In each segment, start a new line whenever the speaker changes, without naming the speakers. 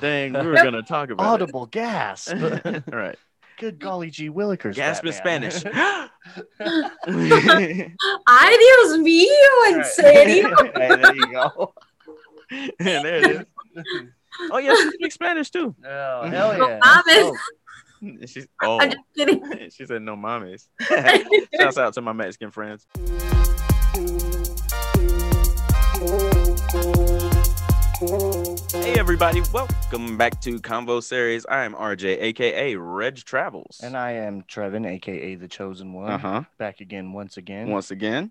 Dang, we were gonna talk about
Audible gasp.
It. All right,
Good golly gee, Willikers.
gasp in
Batman.
Spanish.
Adios mío, en serio.
Hey, there you go.
Yeah, there it is. Oh yeah, she speaks Spanish too.
Oh, hell
No
yeah. Oh,
mames.
She's oh,
I'm just kidding.
she said no mames. Shouts out to my Mexican friends. Hey everybody, welcome back to Convo Series. I am RJ, aka Reg Travels.
And I am Trevin, aka the Chosen One,
uh huh.
back again once again.
Once again,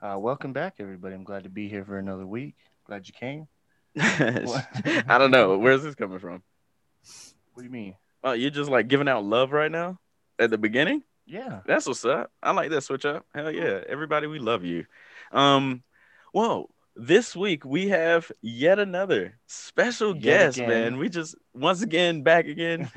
Uh, welcome back, everybody. I'm glad to be here for another week. Glad you came.
I don't know where's this coming from.
What do you mean?
Oh, you're just like giving out love right now at the beginning.
Yeah.
That's what's up. I like that switch up. Hell yeah. Everybody, we love you. Um, whoa, this week we have yet another special
Yet
guest,
again.
man. We just once again back again.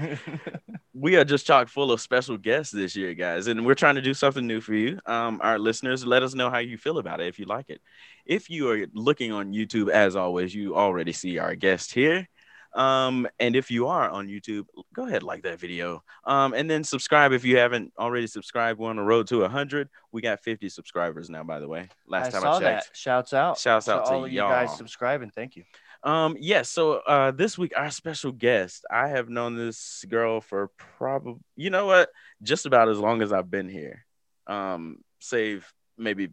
we are just chock full of special guests this year, guys, and we're trying to do something new for you. Um, our listeners, let us know how you feel about it if you like it. If you are looking on YouTube, as always, you already see our guest here. Um, and if you are on YouTube, go ahead like that video. Um, and then subscribe if you haven't already subscribed. We're on the road to 100. We got 50 subscribers now, by the way. Last
I
time
saw
I checked.
that. Shouts out.
Shouts out to
all of you
y'all.
guys subscribing. Thank you.
Um, yes, so uh this week our special guest, I have known this girl for probably you know what, just about as long as I've been here. Um, save maybe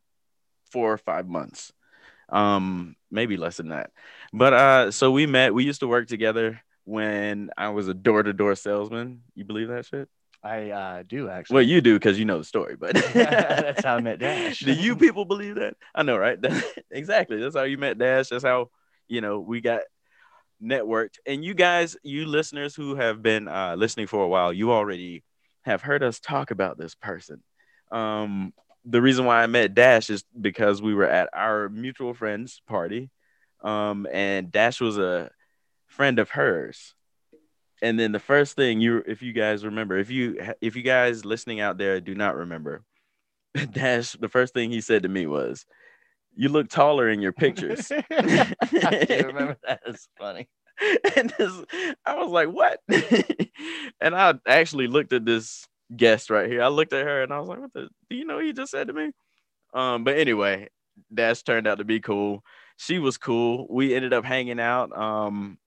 four or five months. Um, maybe less than that. But uh so we met, we used to work together when I was a door-to-door salesman. You believe that shit?
I uh, do actually.
Well, you do because you know the story, but
That's how I met Dash.
Do you people believe that? I know, right? exactly. That's how you met Dash. That's how you know we got networked. And you guys, you listeners who have been uh, listening for a while, you already have heard us talk about this person. Um, the reason why I met Dash is because we were at our mutual friend's party, um, and Dash was a friend of hers. And then the first thing you, if you guys remember, if you if you guys listening out there do not remember, Dash, the first thing he said to me was, "You look taller in your pictures."
I do remember that. It's funny.
and this, I was like, "What?" and I actually looked at this guest right here. I looked at her and I was like, "What the? Do you know what you just said to me?" Um, but anyway, Dash turned out to be cool. She was cool. We ended up hanging out. Um,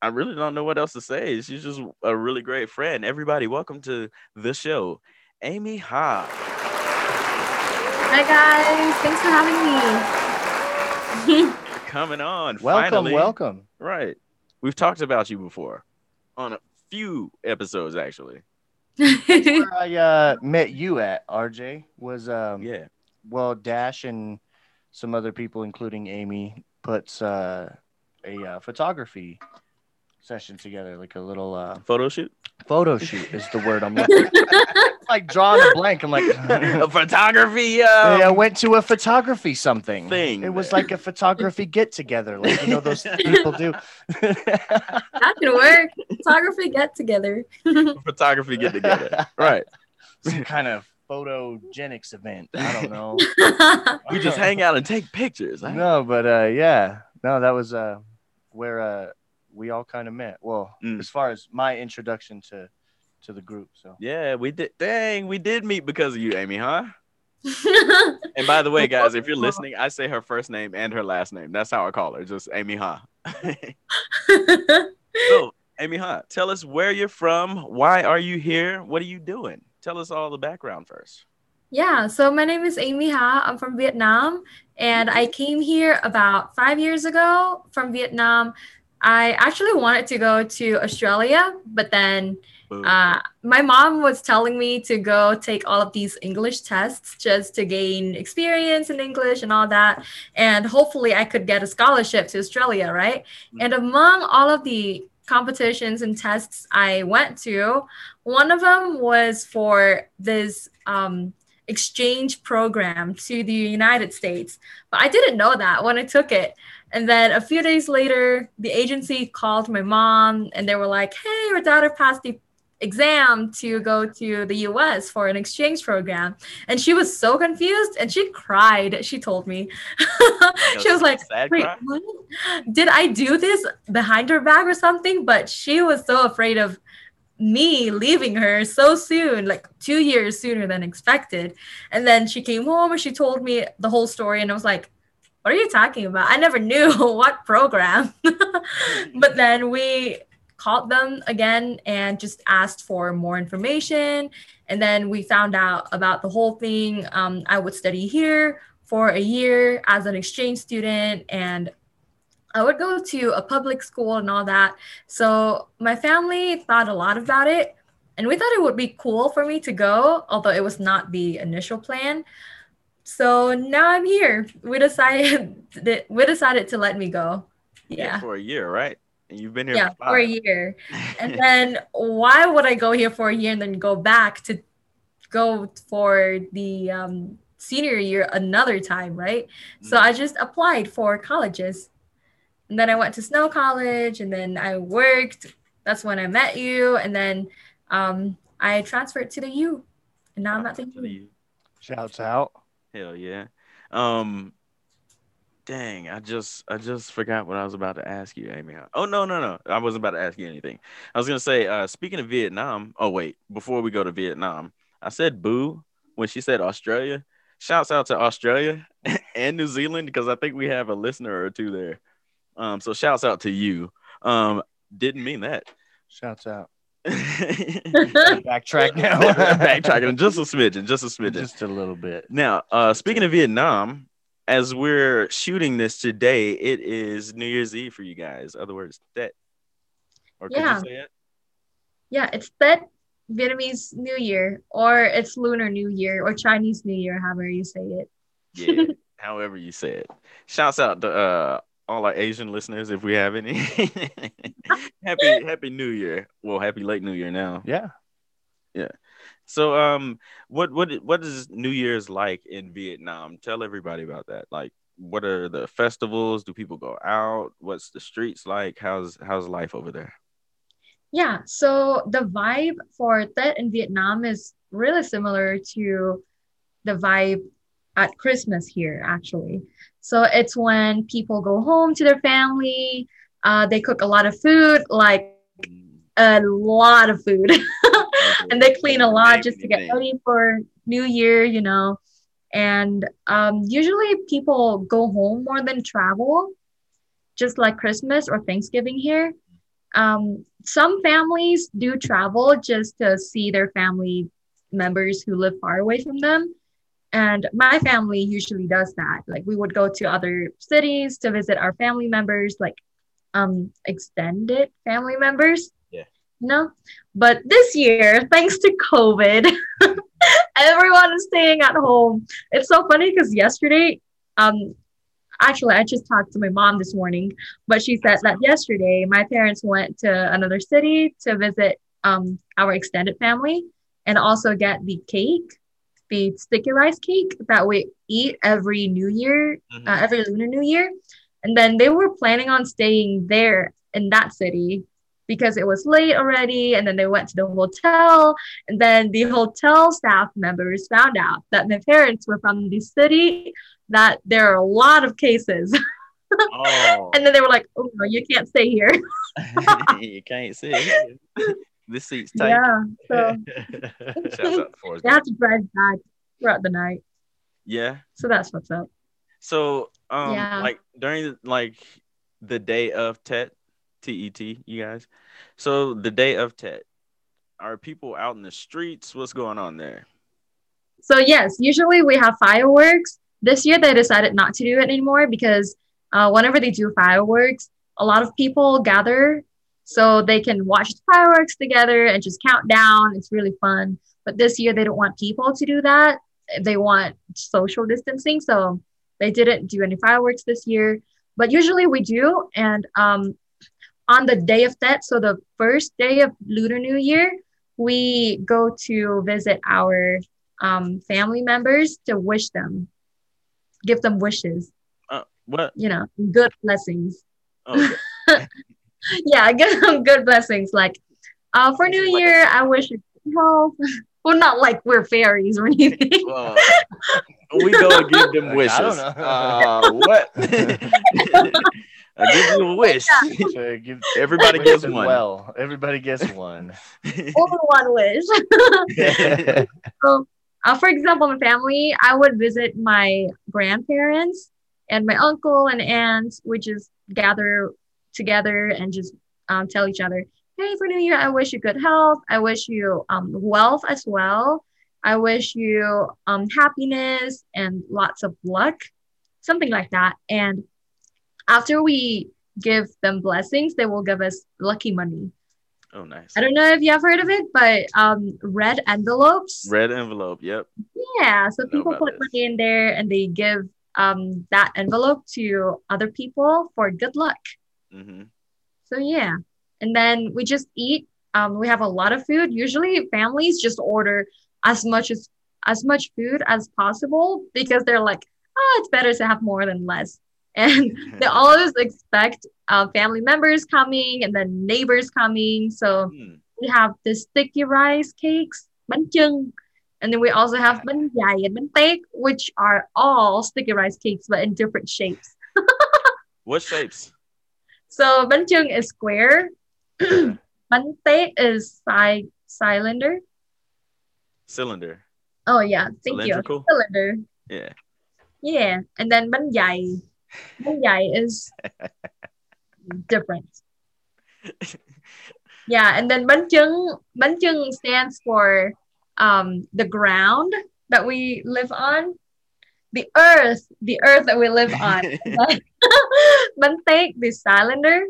I really don't know what else to say. She's just a really great friend. Everybody, welcome to the show, Amy Ha.
Hi guys, thanks for having me.
Coming on,
Welcome,
finally.
welcome.
Right, we've talked about you before on a few episodes actually.
Where I uh, met you at RJ was um,
Yeah.
well Dash and some other people, including Amy, puts uh, a uh, photography session together, like a little uh,
photo shoot?
photo shoot is the word I'm looking. It's like drawing a blank. I'm like,
a photography
Hey, I
um,
went to a photography something.
Thing.
It was like a photography get together, like you know those people do.
that can work. Photography get together.
photography get together. right.
Some kind of photogenics event. I don't know.
We just hang out and take pictures. huh?
No, but uh, yeah, no, that was uh, where uh, we all kind of met. Well,
Mm.
as far as my introduction to to the group, so
Yeah, we did. Dang, we did meet because of you, Amy, huh? And by the way, guys, if you're listening, I say her first name and her last name. That's how I call her, just Amy, huh? So, Amy, huh? Tell us where you're from. Why are you here? What are you doing? Tell us all the background first.
yeah, so my name is Amy Ha. I'm from Vietnam, and I came here about five years ago from Vietnam. I actually wanted to go to Australia, but then
Boom.
Uh, my mom was telling me to go take all of these English tests just to gain experience in English and all that. And hopefully, I could get a scholarship to Australia, right?
Mm.
And among all of the competitions and tests I went to, one of them was for this um, exchange program to the United States. But I didn't know that when I took it. And then a few days later, the agency called my mom and they were like, hey, your daughter passed the exam to go to the US for an exchange program. And she was so confused and she cried, she told me. she was like,
sad
Wait,
cry?
what? did I do this behind her back or something? But she was so afraid of me leaving her so soon, like two years sooner than expected. And then she came home and she told me the whole story. And I was like, what are you talking about? I never knew what program. but then we called them again and just asked for more information. And then we found out about the whole thing. Um, I would study here for a year as an exchange student and I would go to a public school and all that. So my family thought a lot about it. And we thought it would be cool for me to go, although it was not the initial plan. So now I'm here. We decided that we decided to let me go. Yeah.
for a year, right? And you've been here
Yeah,
for,
for a
five.
year. And then why would I go here for a year and then go back to go for the um, senior year another time, right? So I just applied for colleges. And then I went to Snow College and then I worked. That's when I met you. And then um, I transferred to the U. And now I'm at the U.
Shouts out.
Hell yeah. Um dang, I just I just forgot what I was about to ask you, Amy. Oh no, no, no. I wasn't about to ask you anything. I was gonna say, uh speaking of Vietnam, oh wait, before we go to Vietnam, I said boo when she said Australia. Shouts out to Australia and New Zealand because I think we have a listener or two there. Um, so shouts out to you. Um, didn't mean that.
Shouts out.
Backtracking
Backtrack now.
just a smidgen, just a smidgen.
Just a little bit.
Now, uh, speaking of Vietnam, as we're shooting this today, it is New Year's Eve for you guys. Other words, that. Or could
Yeah.
you say it?
Yeah, it's that Vietnamese New Year or it's Lunar New Year or Chinese New Year, however you say it.
Yeah, however you say it. Shouts out to uh, all our Asian listeners if we have any. happy Happy New Year. Well, happy late New Year now.
Yeah.
So, um, what what what is New Year's like in Vietnam? Tell everybody about that. Like, what are the festivals? Do people go out? What's the streets like? How's how's life over there?
Yeah, so the vibe for Tet in Vietnam is really similar to the vibe at Christmas here, actually. So it's when people go home to their family, uh, they cook a lot of food, like a lot of food, and they clean a lot just to get ready for New Year, you know. And um, usually people go home more than travel, just like Christmas or Thanksgiving here. Um, some families do travel just to see their family members who live far away from them. And my family usually does that. Like we would go to other cities to visit our family members, like um extended family members.
Yeah.
No. But this year, thanks to COVID, everyone is staying at home. It's so funny because yesterday, um actually I just talked to my mom this morning, but she said that yesterday my parents went to another city to visit um our extended family and also get the cake, the sticky rice cake that we eat every New Year,
Mhm.
uh, every Lunar New Year. And then they were planning on staying there in that city because it was late already. And then they went to the hotel. And then the hotel staff members found out that my parents were from the city, that there are a lot of cases.
Oh,
And then they were like, oh, no, you can't stay here.
you can't see it. this seat's tight.
Yeah. So
Shouts out to Forrest
they
Gump.
had to drive back throughout the night.
yeah.
So that's what's up.
So, um,
Yeah.
like during the, like the day of Tet, T E T, you guys. So the day of Tet, are people out in the streets? What's going on there?
So yes, usually we have fireworks. This year they decided not to do it anymore because uh, whenever they do fireworks, a lot of people gather so they can watch the fireworks together and just count down. It's really fun. But this year they don't want people to do that. They want social distancing, so they didn't do any fireworks this year. But usually we do, and um, on the day of that, so the first day of Lunar New Year, we go to visit our um, family members to wish them, give them wishes,
Uh, what?
you know, good blessings.
Oh,
yeah, give them good blessings. Like Uh, for New Year, I wish you health. Well, not like we're fairies or anything.
Well, we go give them
Like,
wishes.
I don't know.
Uh, what? I give you a wish.
So give
Everybody
wish
gives
as
one.
Well, everybody gets one.
Only one wish.
Oh,
So, uh, for example, my family, I would visit my grandparents and my uncle and aunt. We just gather together and just um, tell each other, "Hey, for New Year, I wish you good health. I wish you um, wealth as well. I wish you um, happiness and lots of luck, something like that." And after we give them blessings, they will give us lucky money.
oh, nice.
I don't know if you have heard of it, but um, red envelopes.
Red envelope. Yep.
Yeah, so
know
people
about
put
this.
money in there and they give um that envelope to other people for good luck.
hmm
So yeah. And then we just eat. Um we have a lot of food. Usually families just order as much as as much food as possible because they're like, oh, it's better to have more than less. And they always expect uh, family members coming and then neighbors coming. So
Hmm.
we have the sticky rice cakes, bánh chưng, and then we also have bánh dày and bánh tét, which are all sticky rice cakes but in different shapes.
What shapes?
So bánh chưng is square,
Okay.
bánh tét is cy- cylinder.
Cylinder.
Oh yeah, thank you. Oh,
Cylindrical.
Cylinder.
Yeah.
Yeah, and then bánh dày. Bánh dày is different. Yeah, and then bánh chưng, bánh chưng stands for um, the ground that we live on, the earth, the earth that we live on. bánh tét, the cylinder,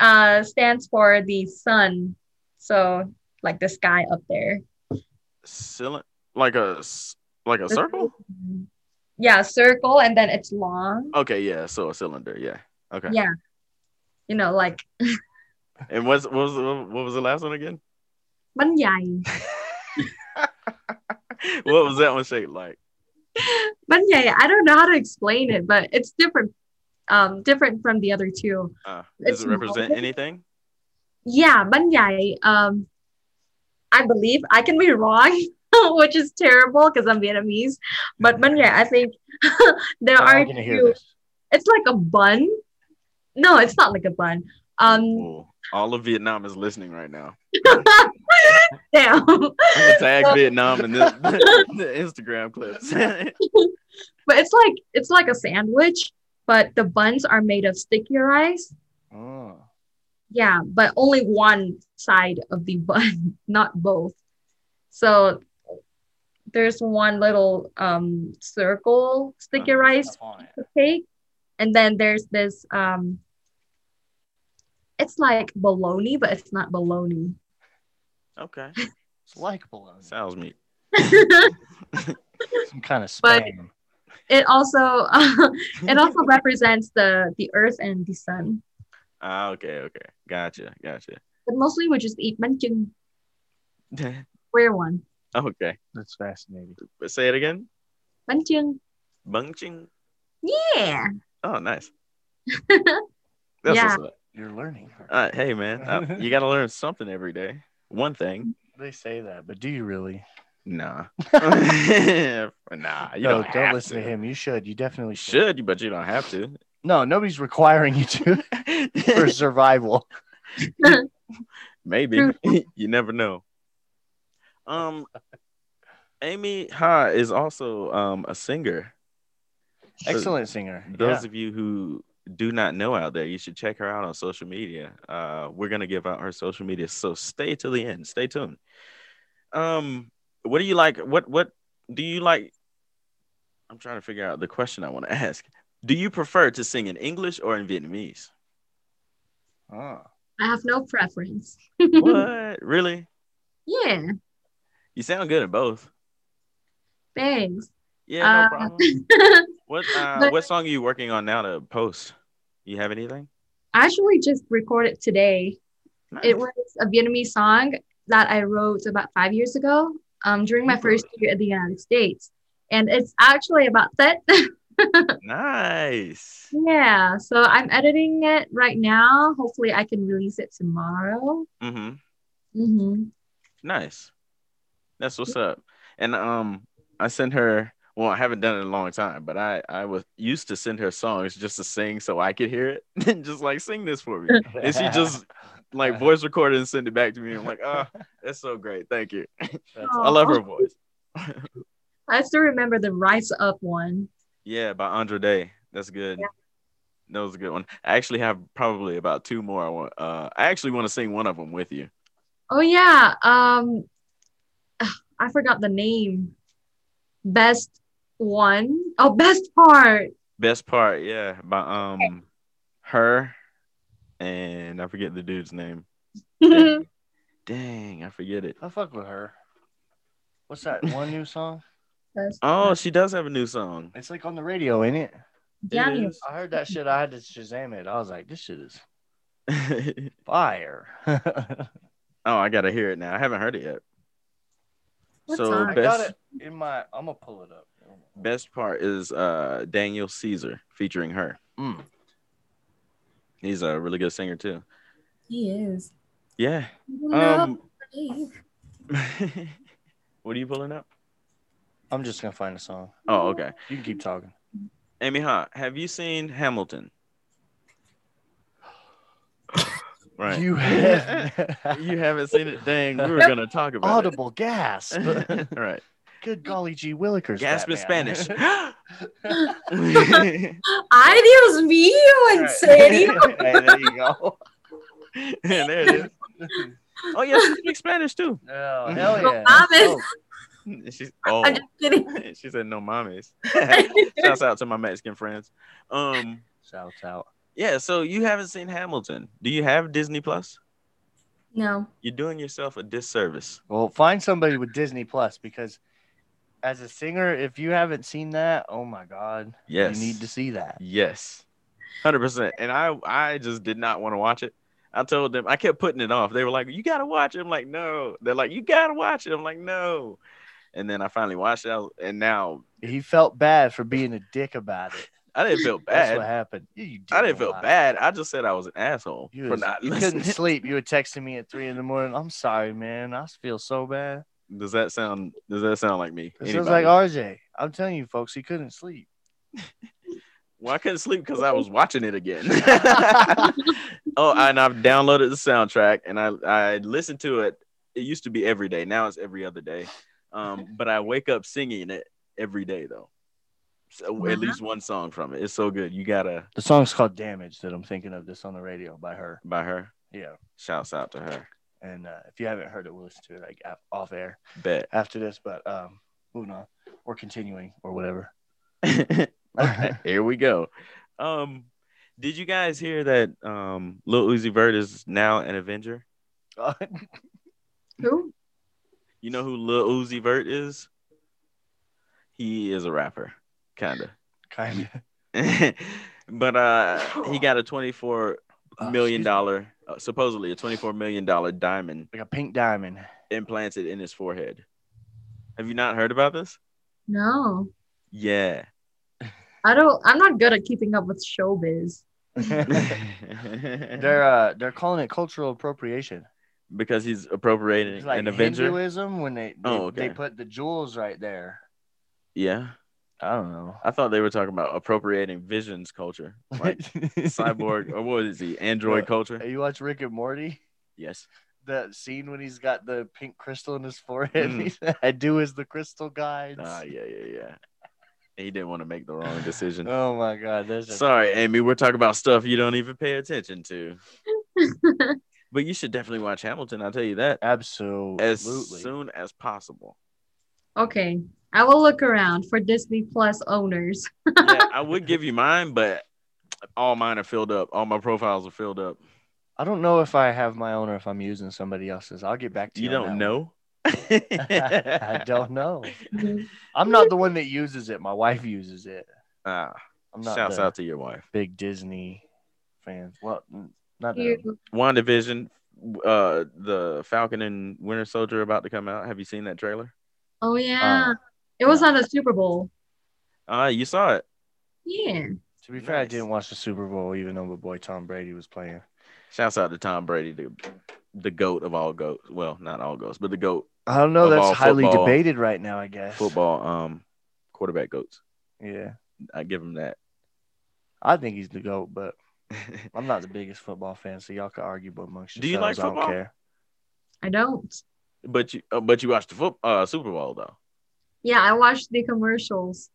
uh, stands for the sun. So like the sky up there.
Cylinder. Like a s- like a circle.
Yeah, circle, and then it's long.
Okay. Yeah. So a cylinder. Yeah. Okay.
Yeah. You know, like
And what's, what was what was the last one again?
bánh dày.
What was that one shaped like?
Bánh dày, I don't know how to explain it, but it's different um different from the other two.
Uh, does
It's
it represent
round.
anything?
Yeah, bánh dày. Um, I believe I can be wrong, which is terrible because I'm Vietnamese. But bánh dày, I think there
They're all
are
gonna Oh, hear
two-
this.
It's like a bun. No, it's not like a bun. Um,
Ooh, all of Vietnam is listening right now.
damn.
I'm gonna tag
So-
Vietnam in this, the Instagram clips.
but it's like it's like a sandwich, but the buns are made of sticky rice.
Oh.
Yeah, but only one side of the bun, not both. So there's one little um circle sticky
Uh-huh.
rice
on it.
cake, and then there's this um it's like bologna, but it's not bologna.
okay,
It's like bologna.
sounds meat.
Some kind of
But-
spam.
It also it also represents the the earth and the sun.
Ah, okay, okay, gotcha, gotcha.
But mostly we just eat manchung, rare one.
okay,
That's fascinating.
but say it again.
Manchung.
Bung ching.
Yeah.
Oh, nice. That's
Yeah.
what's up.
You're learning.
All right, hey man, uh, you gotta learn something every day. One thing.
They say that, but do you really?
Nah. nah. You
no,
don't,
don't,
have
listen to. him. You should. You definitely
You should, but you don't have to.
No, nobody's requiring you to for survival.
Maybe you never know. Um, Amy Ha is also um a singer. So
Excellent singer.
Those of you who do not know out there, you should check her out on social media. Uh, we're gonna give out her social media, so stay till the end. Stay tuned. Um, what do you like? What what do you like? I'm trying to figure out the question I want to ask. Do you prefer to sing in English or in Vietnamese?
yeah. Oh.
I have no preference.
what really?
Yeah.
You sound good at both.
Thanks.
Yeah, no
Uh,
problem. What uh,
But-
what song are you working on now to post? You have anything?
I actually just recorded today. It was a Vietnamese song that I wrote about five years ago um, during my
You
first year at the United States. And it's actually about that.
nice.
yeah. So I'm editing it right now. Hopefully, I can release it tomorrow.
Mm-hmm.
Mhm.
Nice. That's what's up. And um, I sent her. Well, I haven't done it in a long time, but I I was used to send her songs just to sing so I could hear it, and just like sing this for me, and she just like voice recorded and send it back to me. I'm like, oh, that's so great, thank you. I love her voice.
I still remember the Rise Up one.
Yeah, by Andre Day. That's good.
Yeah.
That was a good one. I actually have probably about two more. I want. Uh, I actually want to sing one of them with you.
Oh yeah. Um ah, I forgot the name. Best one. Oh, best part.
Best part, yeah, by um her and I forget the dude's name. Dang, Dang, I forget it.
I fuck with her. What's that one new song?
Best-
Oh, she does have a new song.
It's like on the radio, ain't it?
Yeah,
It
you-
is.
I heard that shit. I had to Shazam it. I was like, this shit is fire. I
oh, I gotta hear it now. I haven't heard it yet.
What
so
song? I
got
best
it in my. I'm gonna pull it up.
best part is uh Daniel Caesar featuring her.
Mm.
He's a really good singer too.
he is.
Yeah.
No
Um
way.
what are you pulling up?
I'm just gonna find a song.
Oh, okay.
You can keep talking.
Amy Ha, have you seen Hamilton? right.
You have
You haven't seen it? Dang, we were gonna talk about
audible gasp.
it. All right.
Good golly gee, Willikers.
Gasp in
Batman.
Spanish.
Adios mío, en serio.
hey, there you go.
Yeah, there it is. Oh yeah, she speaks Spanish too.
Oh, hell
No
yeah. oh,
mames.
She's oh,
I'm just kidding.
she said no mames. Shouts out to my Mexican friends. Um,
Shouts out.
yeah. So you haven't seen Hamilton? Do you have Disney Plus?
No.
You're doing yourself a disservice.
Well, find somebody with Disney Plus because as a singer, if you haven't seen that, oh my God,
Yes.
you need to see that.
Yes, hundred percent. And I, I just did not want to watch it. I told them I kept putting it off. They were like, "You gotta watch it." I'm like, "No." They're like, "You gotta watch it." I'm like, "No." And then I finally watched it, I was- and now
He felt bad for being a dick about it.
I didn't feel
That's what
bad.
happened. You- you
I
did
didn't
a
feel
lot.
bad. I just said I was an asshole
You,
for
was-
not
you couldn't
listening.
sleep. You were texting me at three in the morning. I'm sorry, man. I feel so bad.
Does that sound? Does that sound like me?
It sounds like
Anybody?
RJ. I'm telling you, folks, he couldn't sleep.
Well, I couldn't sleep because I was watching it again. oh, and I've downloaded the soundtrack and I I listened to it. It used to be every day. Now it's every other day. Um, but I wake up singing it every day though. So at least one song from it. It's so good. You gotta
The song's called Damage that I'm thinking of this on the radio by her.
by her.
Yeah.
Shouts out to her.
And uh, if you haven't heard it, we'll listen to it like af- off air
Bet.
after this. But um, moving on or continuing or whatever.
Okay, here we go. Um, did you guys hear that um Lil Uzi Vert is now an Avenger?
Who?
You know who Lil Uzi Vert is? He is a rapper, kinda.
kind
but uh he got a 24
of
million dollar uh, supposedly a 24 million dollar diamond
like a pink diamond.
implanted in his forehead have you not heard about this
No.
yeah
I don't I'm not good at keeping up with showbiz.
They're uh, they're calling it cultural appropriation.
because he's appropriating
It's like
an avenger
Hinduism when they they,
Oh, okay.
they put the jewels right there.
yeah
I don't know.
i thought they were talking about appropriating visions culture like cyborg or what is he android
Yeah.
culture
you watch Rick and Morty?
yes
That scene when he's got the pink crystal in his forehead.
Mm.
He's, I do as the crystal guides.
ah yeah yeah yeah he didn't want to make the wrong decision
Oh my god, there's a
Sorry, Amy, we're talking about stuff you don't even pay attention to. but you should definitely watch Hamilton, I'll tell you that.
absolutely
As soon as possible.
Okay. I will look around for Disney Plus owners.
yeah, I would give you mine, but all mine are filled up. All my profiles are filled up.
I don't know if I have my own or if I'm using somebody else's. I'll get back to you.
You
on
don't
that one.
know?
I don't know.
Mhm.
I'm not the one that uses it. My wife uses it.
Ah,
I'm not
shouts
the
out to your wife.
big Disney fan. Well, n- not that.
You-
WandaVision, uh, the Falcon and Winter Soldier about to come out. Have you seen that trailer?
Oh yeah.
Um,
it was
yeah.
on the Super Bowl.
Uh, you saw it.
Yeah.
To be fair, I
Nice.
didn't watch the Super Bowl even though my boy Tom Brady was playing.
Shouts out to Tom Brady, the the goat of all goats. Well, not all goats, but the goat
I don't know.
Football,
That's highly
football.
debated right now. I guess.
football um quarterback goats.
Yeah,
I give him that.
I think he's the goat, but I'm not the biggest football fan, so y'all could argue amongst yourselves.
Do you like
I don't
football?
care.
I don't.
but you uh, but you watched the foot uh Super Bowl though.
Yeah, I watched the commercials.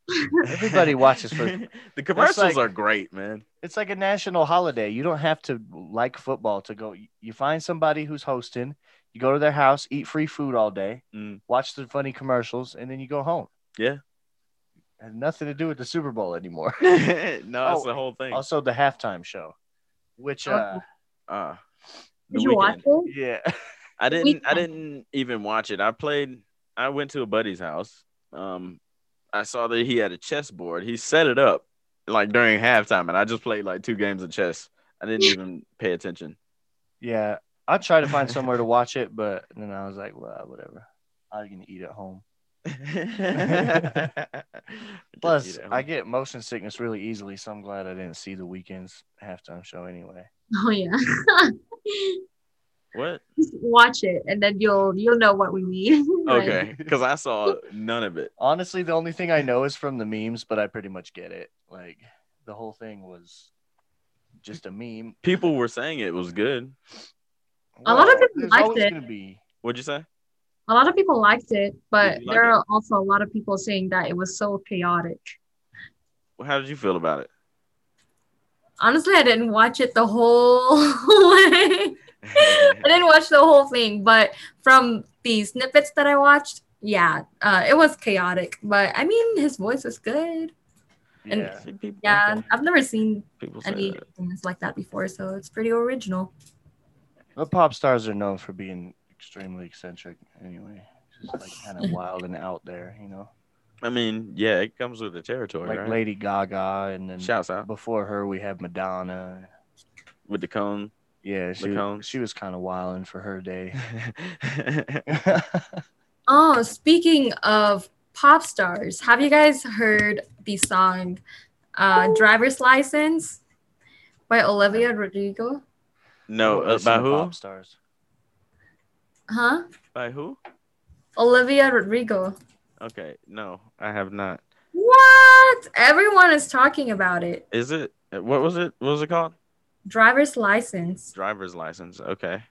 Everybody watches for-
the commercials
like-
are great, man.
It's like a national holiday. You don't have to like football to go. You find somebody who's hosting. You go to their house, eat free food all day,
Mm.
watch the funny commercials, and then you go home.
Yeah.
It has nothing to do with the Super Bowl anymore.
no, that's
Oh,
the whole thing.
also, the halftime show, which uh,
Uh, the
Did you watch
weekend.
it?
yeah,
I didn't. I
Weekend.
didn't even watch it. I played. I went to a buddy's house. Um, I saw that he had a chess board. He set it up like during halftime, and I just played like two games of chess. I didn't even pay attention.
yeah. I tried to find somewhere to watch it, but then I was like, well, whatever. I'm gonna eat at home. Plus, I get motion sickness really easily, so I'm glad I didn't see the weekend's halftime show anyway.
Oh yeah.
what?
Just watch it and then you'll you'll know what we mean. Like,
Okay, because I saw none of it.
Honestly, the only thing I know is from the memes, but I pretty much get it. Like the whole thing was just a meme.
People were saying it was good.
A lot of
Well,
people
there's
liked
always
it.
gonna be.
What'd you say?
A lot of people liked it, but
Did you like
there
it?
are also a lot of people saying that it was so chaotic.
How did you feel about
Honestly, I didn't watch it the whole way. I
it?
didn't watch the whole thing, but from the snippets that I watched, yeah, uh, it was chaotic. But I mean, his voice is good. And-
Yeah.
See, people,
Yeah,
okay.
I've never seen
people say
any
that.
things like that before, so it's pretty original.
The pop stars are known for being extremely eccentric anyway. Just like kind of wild and out there, you know.
I mean, yeah, it comes with the territory,
Like
right?
Lady Gaga and then
Shouts out
before her we have Madonna.
with the cone.
Yeah, she,
Cones.
she was kind of wilding for her day.
Oh, speaking of pop stars, have you guys heard the song uh, Driver's License by Olivia Rodrigo?
no, uh,
Listen
by
to
who?
Pop stars.
Huh?
By who?
Olivia Rodrigo.
Okay, no, I have not.
What? Everyone is talking about it.
Is it? uh, What was it? What was it called?
Driver's License.
Driver's license. Okay.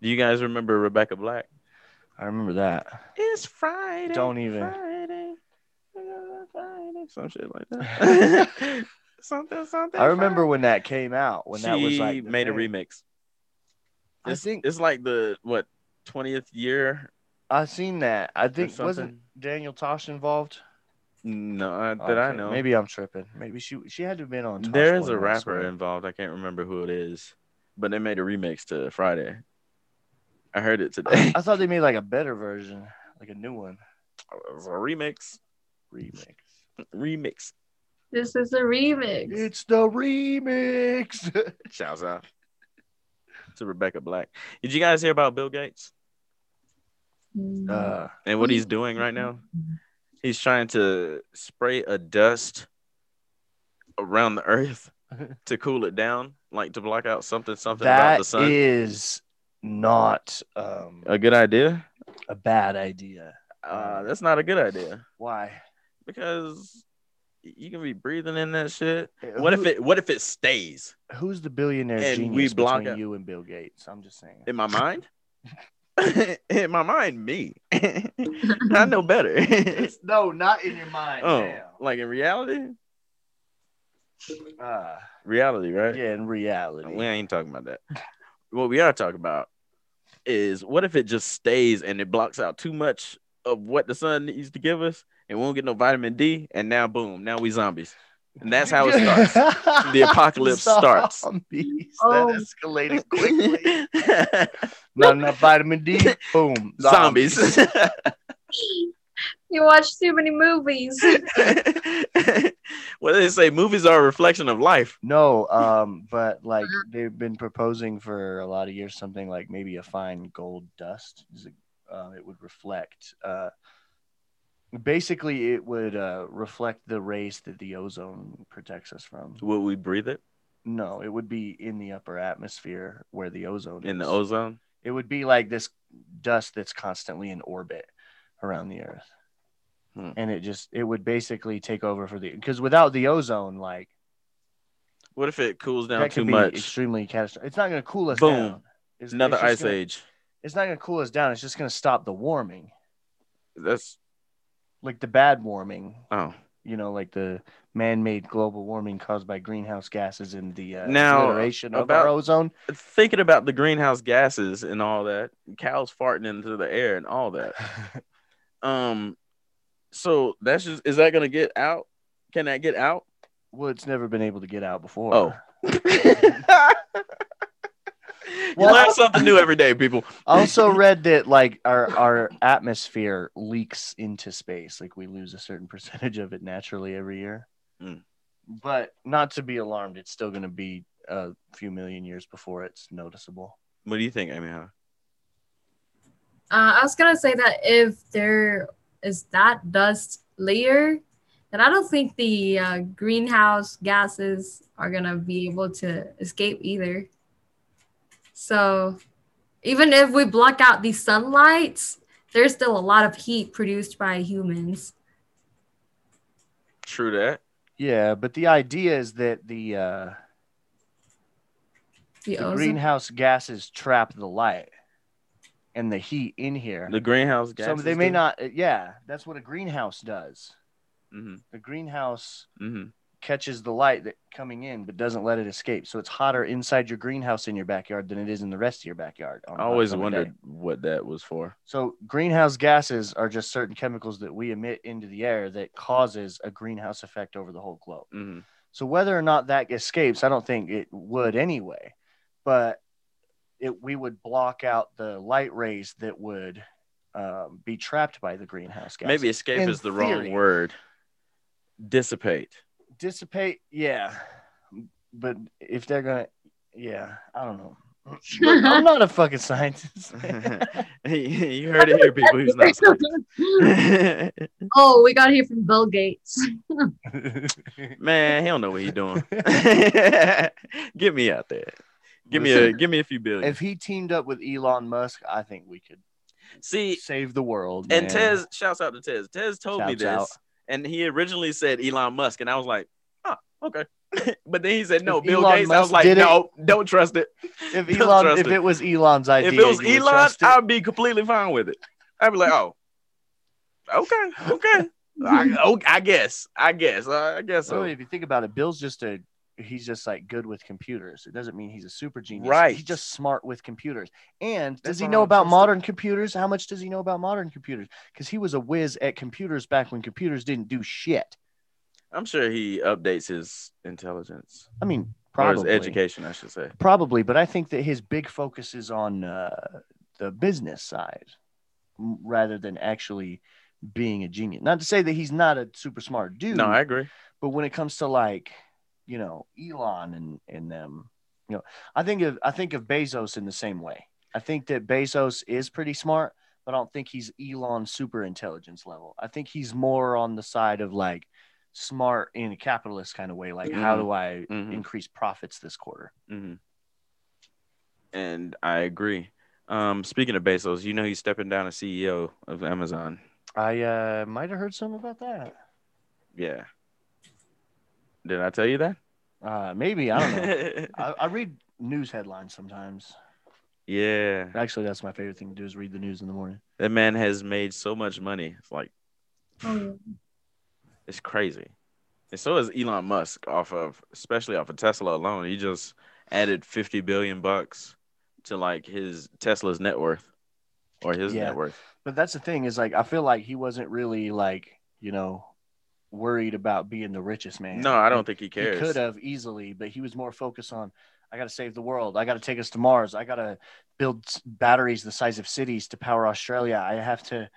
Do you guys remember Rebecca Black?
I remember that.
It's Friday.
Don't even.
Friday. Friday. Some shit like that. something, something.
I remember
Friday.
when that came out. When that was
She
like the
made a
thing.
remix.
I
It's-
think
it's like the what twentieth year.
I seen that. I think wasn't
something.
Daniel Tosh involved?
No, I- that I
Okay,
know.
Maybe I'm tripping. Maybe she she had to have been on. Tosh
there is
one,
a
I
rapper
swear.
involved. I can't remember who it is, but they made a remix to Friday. I heard it today.
I, I thought they made like a better version, like a new one
It's a remix,
remix.
remix.
This is a remix.
It's the remix. Uh,
Shouts out to Rebecca Black. Did you guys hear about Bill Gates
uh,
and what he's doing right now? He's trying to spray a dust around the Earth to cool it down, like to block out something, something about
that
the sun.
is not um,
a good idea?
a bad idea.
Uh,
Mm.
that's not a good idea
Why?
because you can be breathing in that shit. What if it? What if it stays
Uh, Who's the billionaire
and
genius
we block
between
out-
you and Bill Gates? I'm just saying.
in my mind? in my mind, me. I know better.
It's- no, not in your mind.
oh,
damn.
like in reality,
Uh,
reality, right?
yeah, in reality.
We ain't talking about that. what we are talking about is what if it just stays and it blocks out too much of what the sun needs to give us, and we don't get no vitamin D, and now boom, now we zombies, and that's how it starts.
starts.
The apocalypse starts.
Zombies.
Oh.
That escalated quickly. Not
Not
enough vitamin D. Boom.
zombies.
You watch too many movies.
what do they say? Movies are a reflection of life.
No, um, but like they've been proposing for a lot of years something like maybe a fine gold dust. Is it, uh, it would reflect. Uh, basically, it would uh, reflect the rays that the ozone protects us from.
Will we breathe it?
No, it would be in the upper atmosphere where the ozone
in the
is.
ozone?
It would be like this dust that's constantly in orbit around the Earth,
Hmm.
and it just it would basically take over for the because without the ozone, like
What if it cools down
that
too
could be
much?
extremely catastrophic. It's not going to cool us
Boom.
down. It's,
Another
it's just
ice
gonna-
age.
It's not going to cool us down. It's just going to stop the warming,
That's
like the bad warming.
oh.
You know, like the man-made global warming caused by greenhouse gases and the uh,
Now,
obliteration of
about-
our ozone.
Thinking about the greenhouse gases and all that, cows farting into the air and all that. Um, so that's just is that gonna get out? Can that get out?
well, it's never been able to get out before.
Oh. you
Well-
learn something new every day, people.
I also read that like our our atmosphere leaks into space, like we lose a certain percentage of it naturally every year.
Mm.
But not to be alarmed, it's still going to be a few million years before it's noticeable.
What do you think, Amy? Huh?
Uh, I was gonna say that if there is that dust layer, then I don't think the uh, greenhouse gases are gonna be able to escape either. So, even if we block out the sunlight, there's still a lot of heat produced by humans.
True that.
Yeah, but the idea is that the, uh,
The
the
ozone.
greenhouse gases trap the light and the heat in here.
The greenhouse
so
gases.
they may
do-
not. Yeah, that's what a greenhouse does.
Mhm,
The greenhouse
mhm.
catches the light that coming in but doesn't let it escape. So it's hotter inside your greenhouse in your backyard than it is in the rest of your backyard. on
I
a hot
always
summer
wondered
day.
what that was for.
So greenhouse gases are just certain chemicals that we emit into the air that causes a greenhouse effect over the whole globe.
Mhm.
So whether or not that escapes, I don't think it would anyway. But it we would block out the light rays that would um, be trapped by the greenhouse gases.
Maybe escape
In
is the
theory.
wrong word. Dissipate.
dissipate yeah but if they're gonna yeah i don't know
But
i'm not a fucking scientist
you heard it here, people. Who's not?
oh, we got here from Bill Gates.
Man, he don't know what he's doing. Get me out there. Give me a
Listen,
give me a few billion.
if he teamed up with elon musk i think we could
See,
save the world
and
man.
Tez shouts out to Tez. Tez told me
Shouts
this,
out.
and he originally said Elon Musk, and I was like, oh, okay. but then he said no,
If
Bill
Elon
Gates. I was
Musk
like,
did it-
no, don't trust it.
if
Don't
elon
trust
if it was elon's idea
if it was
you would
Elon,
trust it?
I'd be completely fine with it. I'd be like, oh, okay, okay. I, oh, I guess, I guess, uh, I guess so.
so if you think about it bill's just a he's just like good with computers it doesn't mean he's a super genius
Right.
he's just smart with computers and does
That's
he
why
know
I'm
about
just-
modern computers how much does he know about modern computers because he was a whiz at computers back when computers didn't do shit
I'm sure he updates his intelligence
i mean
or
probably
his education, I should say.
probably but i think that his big focus is on uh, the business side m- rather than actually being a genius not to say that he's not a super smart dude
No, I agree.
but when it comes to like you know elon and and them you know i think of i think of bezos in the same way i think that bezos is pretty smart but i don't think he's elon super intelligence level i think he's more on the side of like smart in a capitalist kind of way like how
Mhm.
do i
Mhm.
increase profits this quarter
hmm And I agree. Um, speaking of Bezos, you know he's stepping down as CEO of Amazon.
i uh might have heard something about that
Yeah. Did I tell you that?
uh maybe i don't know I, I read news headlines sometimes
yeah.
actually that's my favorite thing to do is read the news in the morning
That man has made so much money. It's like
Oh,
it's crazy. And so is Elon Musk off of especially off of Tesla alone. He just added 50 billion bucks to like his Tesla's net worth or his
Yeah.
net worth.
But that's the thing is like I feel like he wasn't really like you know worried about being the richest man.
No, I don't think he
he
cares.
could have easily, but he was more focused on I got to save the world. I got to take us to Mars. I got to build s- batteries the size of cities to power Australia. I have to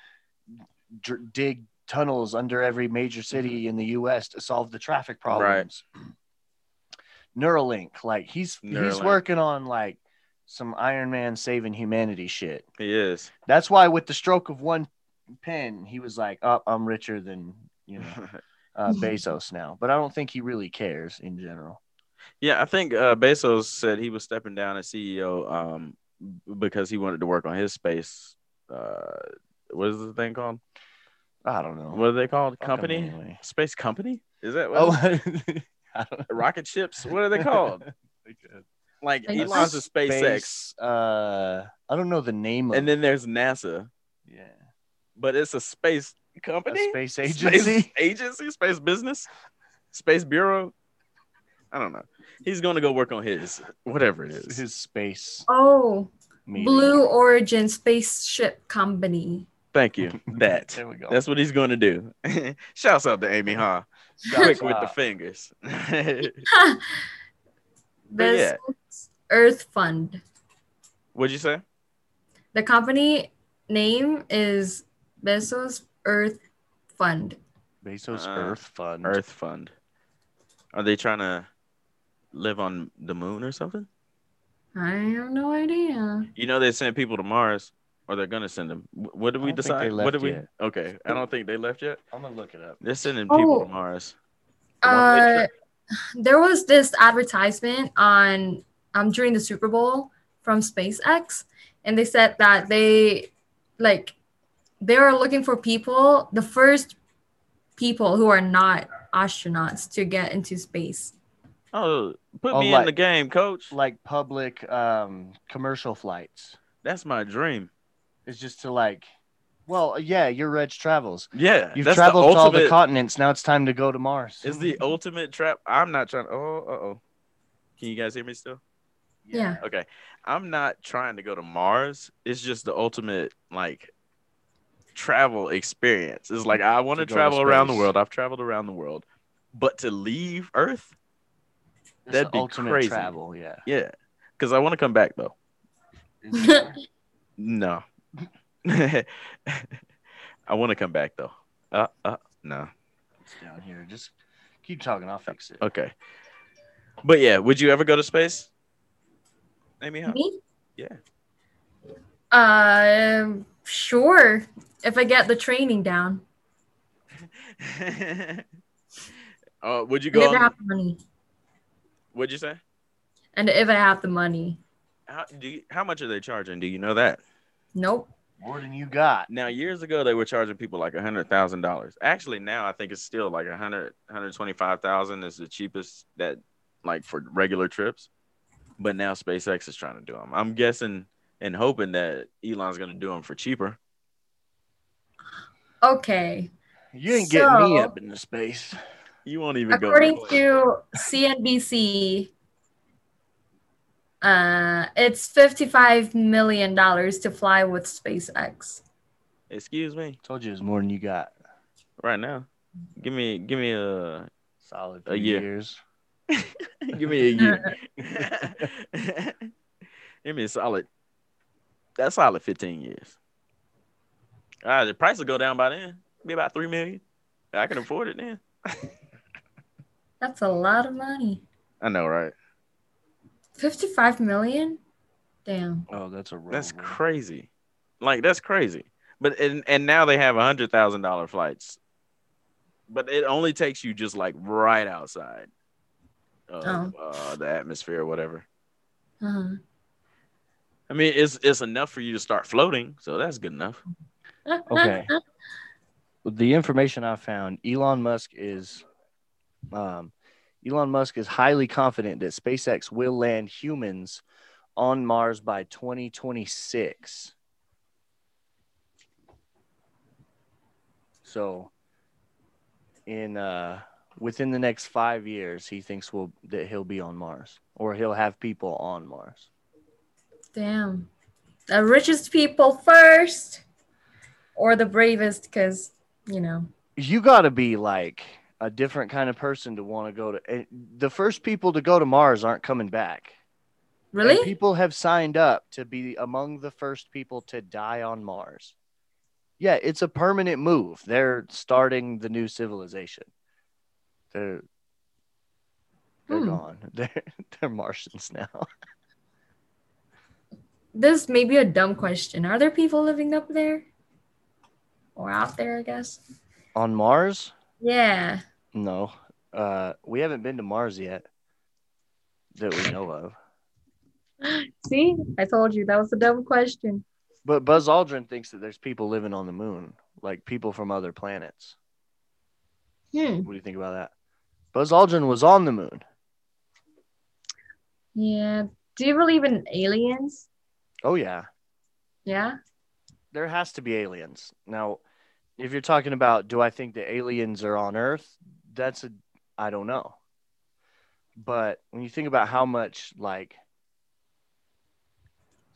dr- dig tunnels under every major
Mm-hmm.
city in the U.S. to solve the traffic problems. Neuralink, like he's he's
Neuralink.
working on like some Iron Man saving humanity shit.
He is.
That's why with the stroke of one pen, he was like, "Oh, I'm richer than you know uh, Bezos now." But I don't think he really cares in general.
Yeah, I think uh, Bezos said he was stepping down as CEO um, b- because he wanted to work on his space. Uh, what is the thing called?
I don't know.
What are they called?
Fuck 'em
company?
anyway.
Space company? Is that what?
Oh, I don't know.
Rocket ships? What are they called? Like
Like
Elon's is SpaceX,
Space, Uh, I don't know the name of.
and then there's NASA,
yeah,
but it's a space
a
company,
space
Space
agency.
agency, space business, space bureau. I don't know. He's going to go work on his, whatever it is.
His space.
Oh,
meeting.
Blue Origin Spaceship Company.
Thank you. That.
There we go.
That's what he's going to do. Shouts out to Amy, huh?
Shouts
Quick with the
out.
fingers. But
This
yeah.
Earth Fund.
What'd you say?
The company name is Bezos Earth Fund.
Bezos
Uh,
Earth Fund.
Earth Fund. Are they trying to live on the moon or something?
I have no idea.
You know they sent people to Mars, or they're gonna send them. Wh- What did
I
we
don't think
decide?
they
What did
left
we?
yet.
Okay, I don't think they left yet.
I'm gonna look it up.
They're sending people
Oh.
to Mars. One-way
Uh, there was this advertisement on um during the Super Bowl from SpaceX, and they said that they like they are looking for people, the first people who are not astronauts to get into space.
Oh, put
Oh,
me in
like-
the game, coach.
Like public um, commercial flights.
That's my dream.
It's just to like, well, yeah, your Reg travels.
Yeah,
You've
that's
traveled
the
to all the
ultimate.
continents. Now it's time to go to Mars.
is the ultimate trap. I'm not trying. Oh, uh oh. Can you guys hear me still?
Yeah.
Okay, I'm not trying to go to Mars. It's just the ultimate like travel experience. It's like I want
To
to
go to
travel around the
space.
world. I've traveled around the world, but to leave Earth,
It's
That'd
the
be
ultimate
crazy.
travel. Yeah.
yeah, because I want to come back though. No, I want to come back though. Uh, uh, no.
It's down here. Just keep talking. I'll fix it.
Okay, but yeah, would you ever go to space, Amy? Huh?
Me?
Yeah.
Um, sure. If I get the training down,
uh, would you
and if
go?
I
On,
have the money,
what'd you say?
and if I have the money,
How do you, how much are they charging? Do you know that?
nope.
More than you got.
Now years ago they were charging people like a hundred thousand dollars. Actually now I think it's still like a hundred, hundred twenty-five thousand is the cheapest that like for regular trips. But now SpaceX is trying to do them. I'm guessing and hoping that Elon's going to do them for cheaper.
Okay.
You ain't getting me
So-
up into space.
You won't even
According
go.
to CNBC, uh, it's fifty-five million dollars to fly with SpaceX.
Excuse me,
Told you it's more than you got.
right now. Give me, give me a,
Solid
A
three
year.
years.
give me a year. give me a solid. That's solid fifteen years. All right, the price will go down by then. Be about three million. I can afford it then.
That's a lot of money.
I know, right?
Fifty-five million. Damn.
Oh, that's a roll.
That's crazy. Like that's crazy. But and and now they have a hundred thousand dollar flights. But it only takes you just like right outside of uh, the atmosphere or whatever.
Uh-huh.
I mean, it's it's enough for you to start floating, so that's good enough.
Okay. The information I found, Elon Musk is, um, Elon Musk is highly confident that SpaceX will land humans on Mars by 2026. So, in uh, within the next five years, he thinks will that he'll be on Mars or he'll have people on Mars.
Damn. The richest people first, or the bravest, because you know.
you got to be like a different kind of person to want to go to. eh, The first people to go to Mars aren't coming back. And
Really?
people have signed up to be among the first people to die on Mars. Yeah, it's a permanent move. They're starting the new civilization. They're they're
Hmm.
gone. They're they're Martians now.
this may be a dumb question. Are there people living up there? Or out there, I guess.
On Mars?
Yeah.
No. Uh, we haven't been to Mars yet. that we know of.
See, I told you that was a dumb question.
But Buzz Aldrin thinks that there's people living on the moon, like people from other planets.
Hmm.
What do you think about that? Buzz Aldrin was on the moon.
Yeah. Do you believe in aliens?
Oh yeah,
Yeah.
there has to be aliens. Now, if you're talking about do I think the aliens are on Earth? That's a I don't know. But when you think about how much like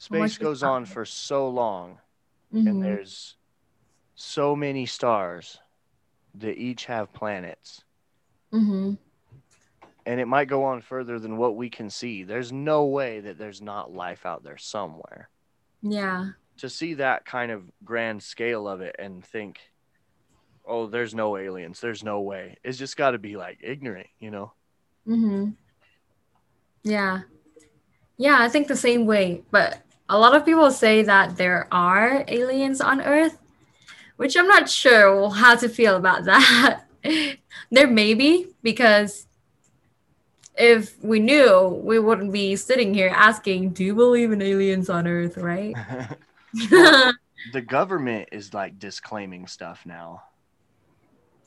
How
space
much is
goes
out
on
there.
for so long
Mhm.
and there's so many stars that each have planets
Mhm.
and it might go on further than what we can see. There's no way that there's not life out there somewhere.
Yeah.
to see that kind of grand scale of it and think, oh, there's no aliens, there's no way. It's just got to be like ignorant, you know?
Mm-hmm. Yeah. Yeah, I think the same way. But a lot of people say that there are aliens on Earth, which I'm not sure how to feel about that. there may be, because if we knew, we wouldn't be sitting here asking, Do you believe in aliens on Earth, right?
the government is like disclaiming stuff now.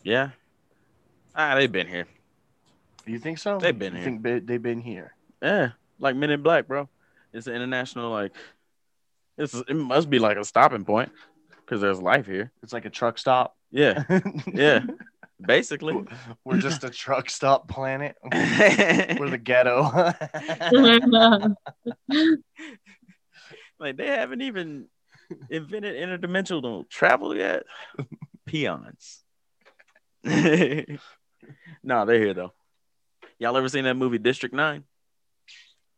Yeah. Ah, they've been here.
You think so?
They've been
You
here.
Think be- they've been here.
Yeah, like Men in Black, bro. It's an international like. It's it must be like a stopping point because there's life here.
It's like a truck stop.
Yeah, yeah, basically.
We're just a truck stop planet. We're
like
the ghetto.
they haven't even invented interdimensional travel yet. Peons. nah, they're here though. Y'all ever seen that movie District Nine?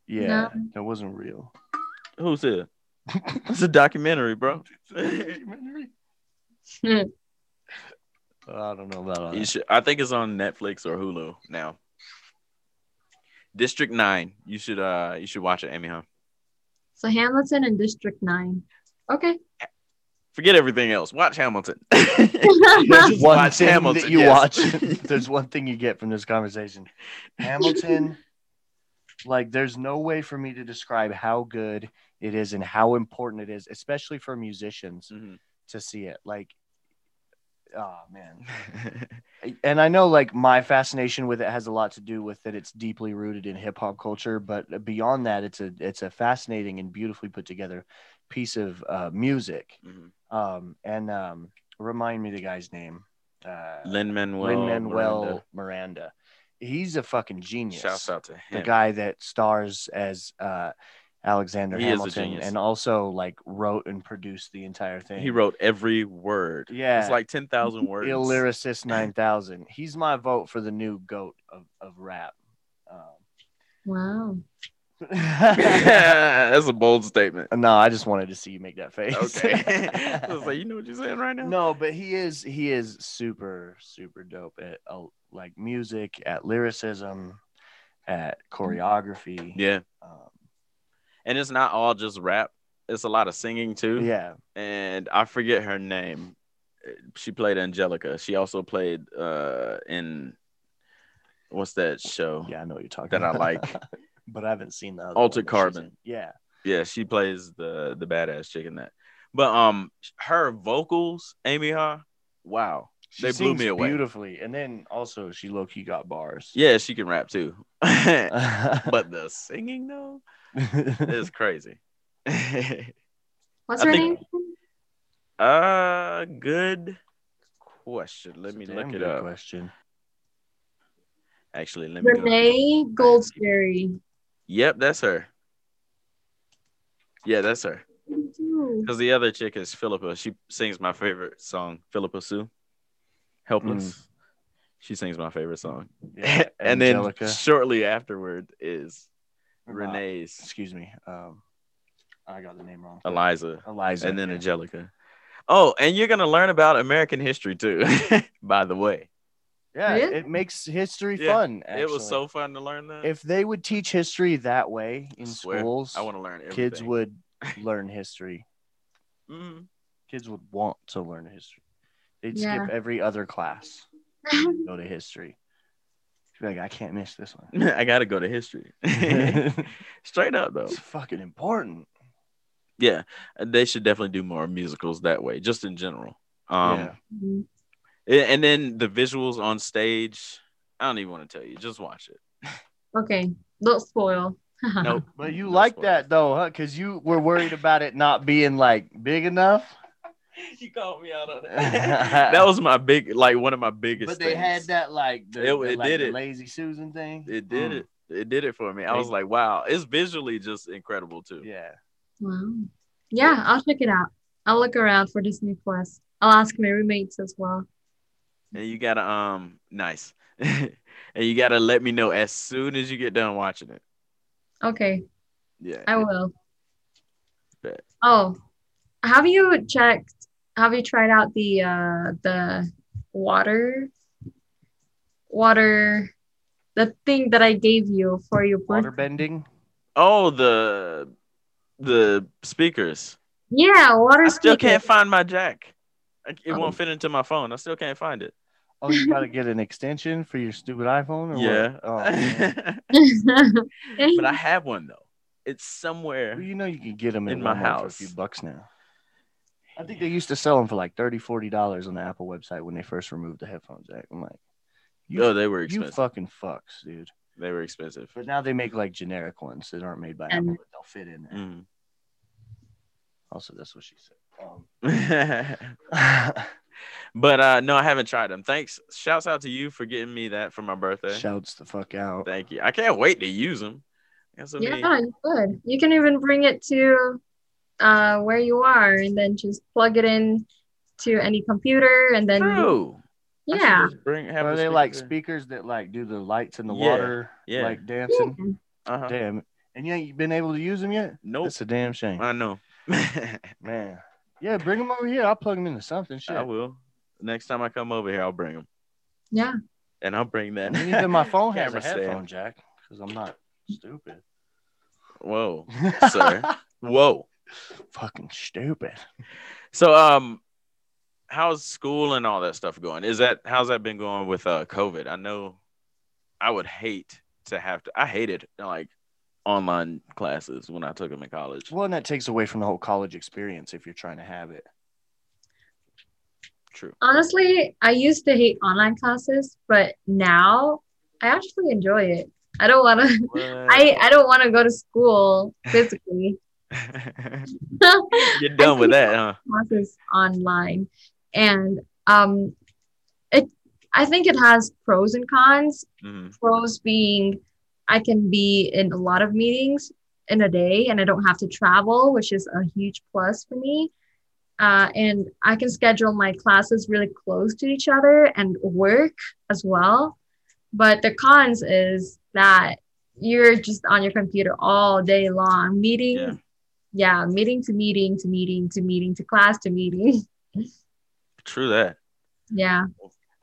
yeah, that wasn't real.
Who's it? It's a documentary, bro.
Hmm. I don't know about all
You
that.
should, I think it's on Netflix or Hulu now. District Nine. You should uh you should watch it, Amy. Huh?
so Hamilton and District 9. Okay.
Forget everything else. Watch Hamilton. Mm-hmm.
There's one
Watch
thing
Hamilton,
that you
yes.
watch. There's one thing you get from this conversation. Hamilton, like, there's no way for me to describe how good it is and how important it is, especially for musicians
Mhm.
to see it. Like, oh man. And I know, like, my fascination with it has a lot to do with that it's deeply rooted in hip hop culture, but beyond that, it's a it's a fascinating and beautifully put together piece of uh, music.
Mhm.
Um, and um, remind me the guy's name. Uh,
Lin Manuel.
Lin Manuel Miranda. He's a fucking genius.
Shouts out to
the
him.
guy that stars as uh, Alexander
He is a
Hamilton
genius.
and also like wrote and produced the entire thing.
he wrote every word.
Yeah.
It's like ten thousand words.
Illyricist 9000. He's my vote for the new goat of, of rap. Um,
Wow.
That's a bold statement.
Um, no, I just wanted to see you make that face.
Okay. I was like, you know what you're saying right now?
no but he is he is super super dope at uh, like music at lyricism at choreography
Yeah.
um,
And it's not all just rap. It's a lot of singing too.
yeah
and I forget her name. She played Angelica. She also played uh in what's that show?
yeah i know what you're talking
That I
about
like.
but i haven't seen the other
Altered
one that she's
Carbon.
in. yeah
Yeah, she plays the the badass chick in that. But um, her vocals, Amy Ha, wow.
she
They blew me
sings
away.
beautifully and then also she low-key got bars
Yeah, she can rap too. but
but
the singing though is crazy.
What's
I
her
think-
name?
uh, good question. Let me
Damn
look it
good
up.
question
Actually, let me. go-
Renee Goldsberry.
Yep, that's her. Yeah, that's her. Because the other chick is Philippa. She sings my favorite song, Philippa Sue. Helpless. She sings my favorite song.
Mm. yeah,
and then
Angelica.
shortly afterward is
Uh,
Renee's
excuse me um i got the name wrong
Eliza.
eliza
And then
yeah.
Angelica. Oh, and you're gonna learn about American history too, by the way.
Yeah,
Really?
it makes history
Yeah,
fun.
It was
actually.
so fun to learn that.
If they would teach history that way in
Swear,
schools,
I want to learn everything.
kids would learn history.
Mhm.
Kids would want to learn history. They'd
Yeah.
skip every other class, go to history. She'd be like, I can't miss this one.
I gotta go to history.
it's
Straight up though.
fucking important.
Yeah. They should definitely do more musicals that way, just in general. Um
yeah.
Mhm.
a- and then the visuals on stage. I don't even want to tell you. Just watch it.
Okay, don't spoil.
Nope.
But you
No
like
spoilers.
that though, huh? Because you were worried about it not being like big enough.
You called me out on that. that was my big, like one of my biggest.
But they had
things.
that like the,
It-
the,
it
like,
did
the
it.
lazy Susan thing.
It did
Mm.
it. It did it for me. I
They-
was like, wow, it's visually just incredible too.
Yeah.
Wow. Yeah, I'll check it out. I'll look around for Disney Plus. I'll ask my roommates as well.
And you gotta um, nice. and you gotta let me know as soon as you get done watching it.
Okay,
Yeah.
I will.
Bet.
Oh, have you checked? Have you tried out the uh the water water the thing that I gave you for your
Water
birthday?
bending.
Oh, the the speakers.
Yeah, water
I still can't
speaker.
find my jack. I- It
Oh.
won't fit into my phone. I still can't find it.
Oh, you gotta get an extension for your stupid iPhone or
yeah.
what? Oh, man.
but I have one though. It's somewhere.
Well, you know you can get them
In my house.
for a few bucks now. I think they used to sell them for like 30 dollars on the Apple website when they first removed the headphone jack. I'm like, you,
oh, they were
you
expensive.
fucking fucks, dude.
they were expensive.
But now they make like generic ones that aren't made by
And-
Apple, but they'll fit in there.
Mm.
Also, that's what she said. Um,
Mm. but uh no, I haven't tried them. Thanks. Shouts out to you for getting me that for my birthday.
shouts the fuck out.
Thank you. I can't wait to use them. That's what I mean.
Yeah, you could. You can even bring it to uh, where you are and then just plug it in to any computer and then
True. I should
yeah.
just Bring, have
Are
the
they like
speaker.
speakers that like do the lights in the
Yeah,
water,
yeah.
like dancing?
Uh-huh.
Damn. And you ain't been able to use them yet?
Nope.
That's a damn shame.
I know. I
Man. Yeah, bring them over here. I'll plug them into something. Shit.
will. Next time I come over here, I'll bring them.
Yeah.
And I'll bring that.
And even my phone has a
Camera stand.
headphone jack because I'm not stupid.
Whoa. Sir. Whoa.
Fucking stupid.
So um how's school and all that stuff going? Is that how's that been going with uh COVID? I know I would hate to have to I hated like online classes when I took them in college.
Well, and that takes away from the whole college experience if you're trying to have it.
True.
Honestly, I used to hate online classes, but now I actually enjoy it. I don't want to. I, I don't want to go to school physically.
You're done with that, huh?
classes online and um it I think it has pros and cons.
Mhm.
pros being I can be in a lot of meetings in a day and I don't have to travel, which is a huge plus for me. Uh, and I can schedule my classes really close to each other and work as well. But the cons is that you're just on your computer all day long, meeting,
Yeah.
yeah, meeting to meeting to meeting to meeting to class to meeting.
True that.
yeah.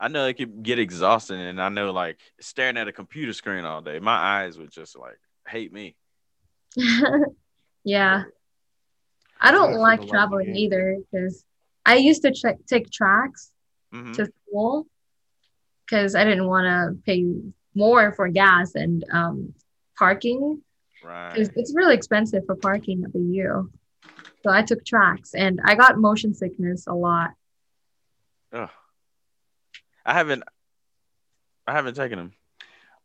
I know it could get exhausting and I know like staring at a computer screen all day, my eyes would just like hate me.
yeah. I
Sorry
don't
for the
like
long
traveling
game.
either because I used to check, take tracks
Mhm.
to school because I didn't want to pay more for gas and um, parking
Right.
because it's really expensive for parking at the U. So I took tracks and I got motion sickness a lot.
Ugh. I haven't I haven't taken them.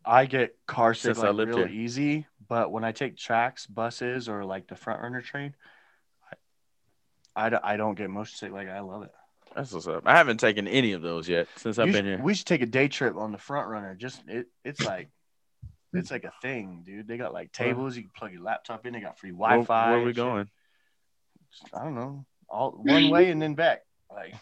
I get car sick
Since I
like,
lived
real
here.
easy, but when I take tracks, buses, or like the front runner train, I, I, d- I don't get motion sick. Like I love it.
That's what's up. I haven't taken any of those yet since I've
You
been
should-
here.
We should take a day trip on the front runner. Just it, it's like it's like a thing, dude. They got like tables. You can plug your laptop in. They got free
Where-
Wi Fi.
Where, are we going?
I don't know. All one way and then back. Like,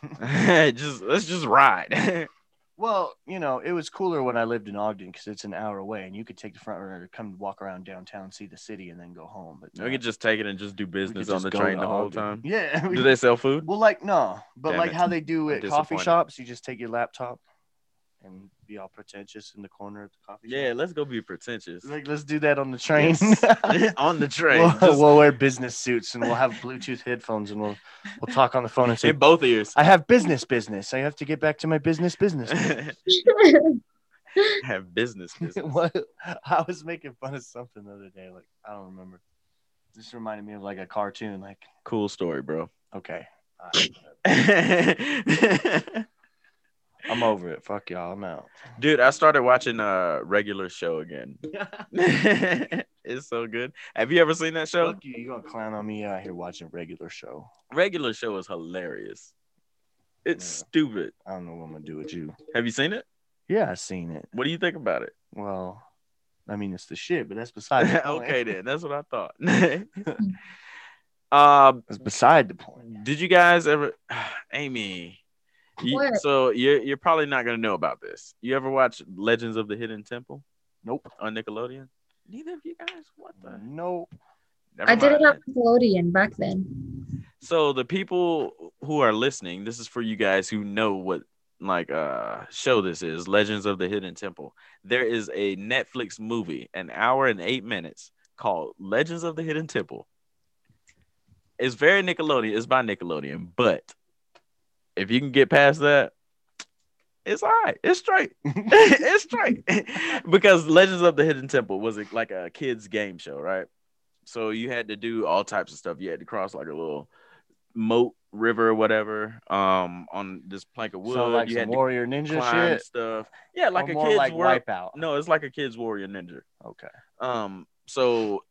just let's just ride.
well, you know, it was cooler when I lived in Ogden because it's an hour away, and you could take the front runner to come walk around downtown, see the city, and then go home. But
we
nah,
could just take it and just do
we could
business on
just
the
go
train
to
the whole
Ogden.
time.
Yeah. we-
Do they sell food?
Well, like no, but
Damn
like
it.
how they do
I'm
at coffee
disappointed.
shops, you just take your laptop and be all pretentious in the corner of the coffee shop.
Yeah, let's go be pretentious.
Like, let's do that on the train.
Yes. on the train.
we'll,
Just
we'll wear business suits and we'll have Bluetooth headphones and we'll we'll talk on the phone and say,
in both ears.
"I have business, business. I have to get back to my business, business."
hey, have business. business.
what I was making fun of something the other day, like I don't remember. This reminded me of like a cartoon. Like,
Cool story, bro.
okay, I'm over it. Fuck y'all. I'm out.
Dude, I started watching a uh, regular show again. it's so good. Have you ever seen that show?
Fuck you. You gonna clown on me out here watching regular show?
Regular show is hilarious. It's
Yeah.
stupid.
I don't know what I'm gonna do with you.
Have you seen it?
Yeah, I seen it.
What do you think about it?
Well, I mean it's the shit, but that's beside the point.
okay, then that's what I thought. um,
That's beside the point.
did you guys ever, Amy? you-
What?
so you're you're probably not gonna know about this. You ever watch Legends of the Hidden Temple
Nope.
on Nickelodeon? Neither of you guys. What the?
Nope.
Never
I didn't
mind.
have Nickelodeon back then.
so the people who are listening this is for you guys who know what like uh show this is legends of the hidden temple there is a netflix movie an hour and eight minutes called legends of the hidden temple it's very nickelodeon it's by nickelodeon but if you can get past that it's all right it's straight it's straight because legends of the hidden temple was like a kids game show right so you had to do all types of stuff you had to cross like a little moat river or whatever um on this plank of wood
so like
you
some
had
warrior
to
ninja
climb
shit.
stuff yeah like
or
a
more
kid's
like
warrior
wipeout.
no it's like a kid's warrior ninja
Okay.
um so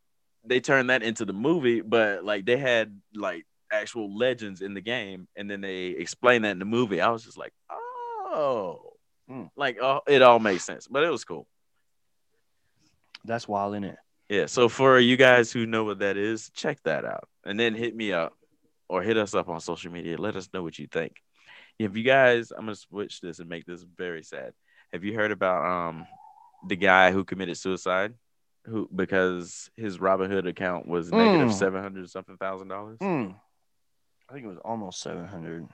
they turned that into the movie but like they had like actual legends in the game and then they explained that in the movie i was just like oh
Hmm.
like uh, it all makes sense but it was cool
That's wild, in it?
yeah so for you guys who know what that is check that out and then hit me up or hit us up on social media let us know what you think if you guys i'm gonna switch this and make this very sad have you heard about um the guy who committed suicide who because his Robinhood account was negative
Mm.
seven hundred something thousand dollars?
Hmm. I think it was almost 700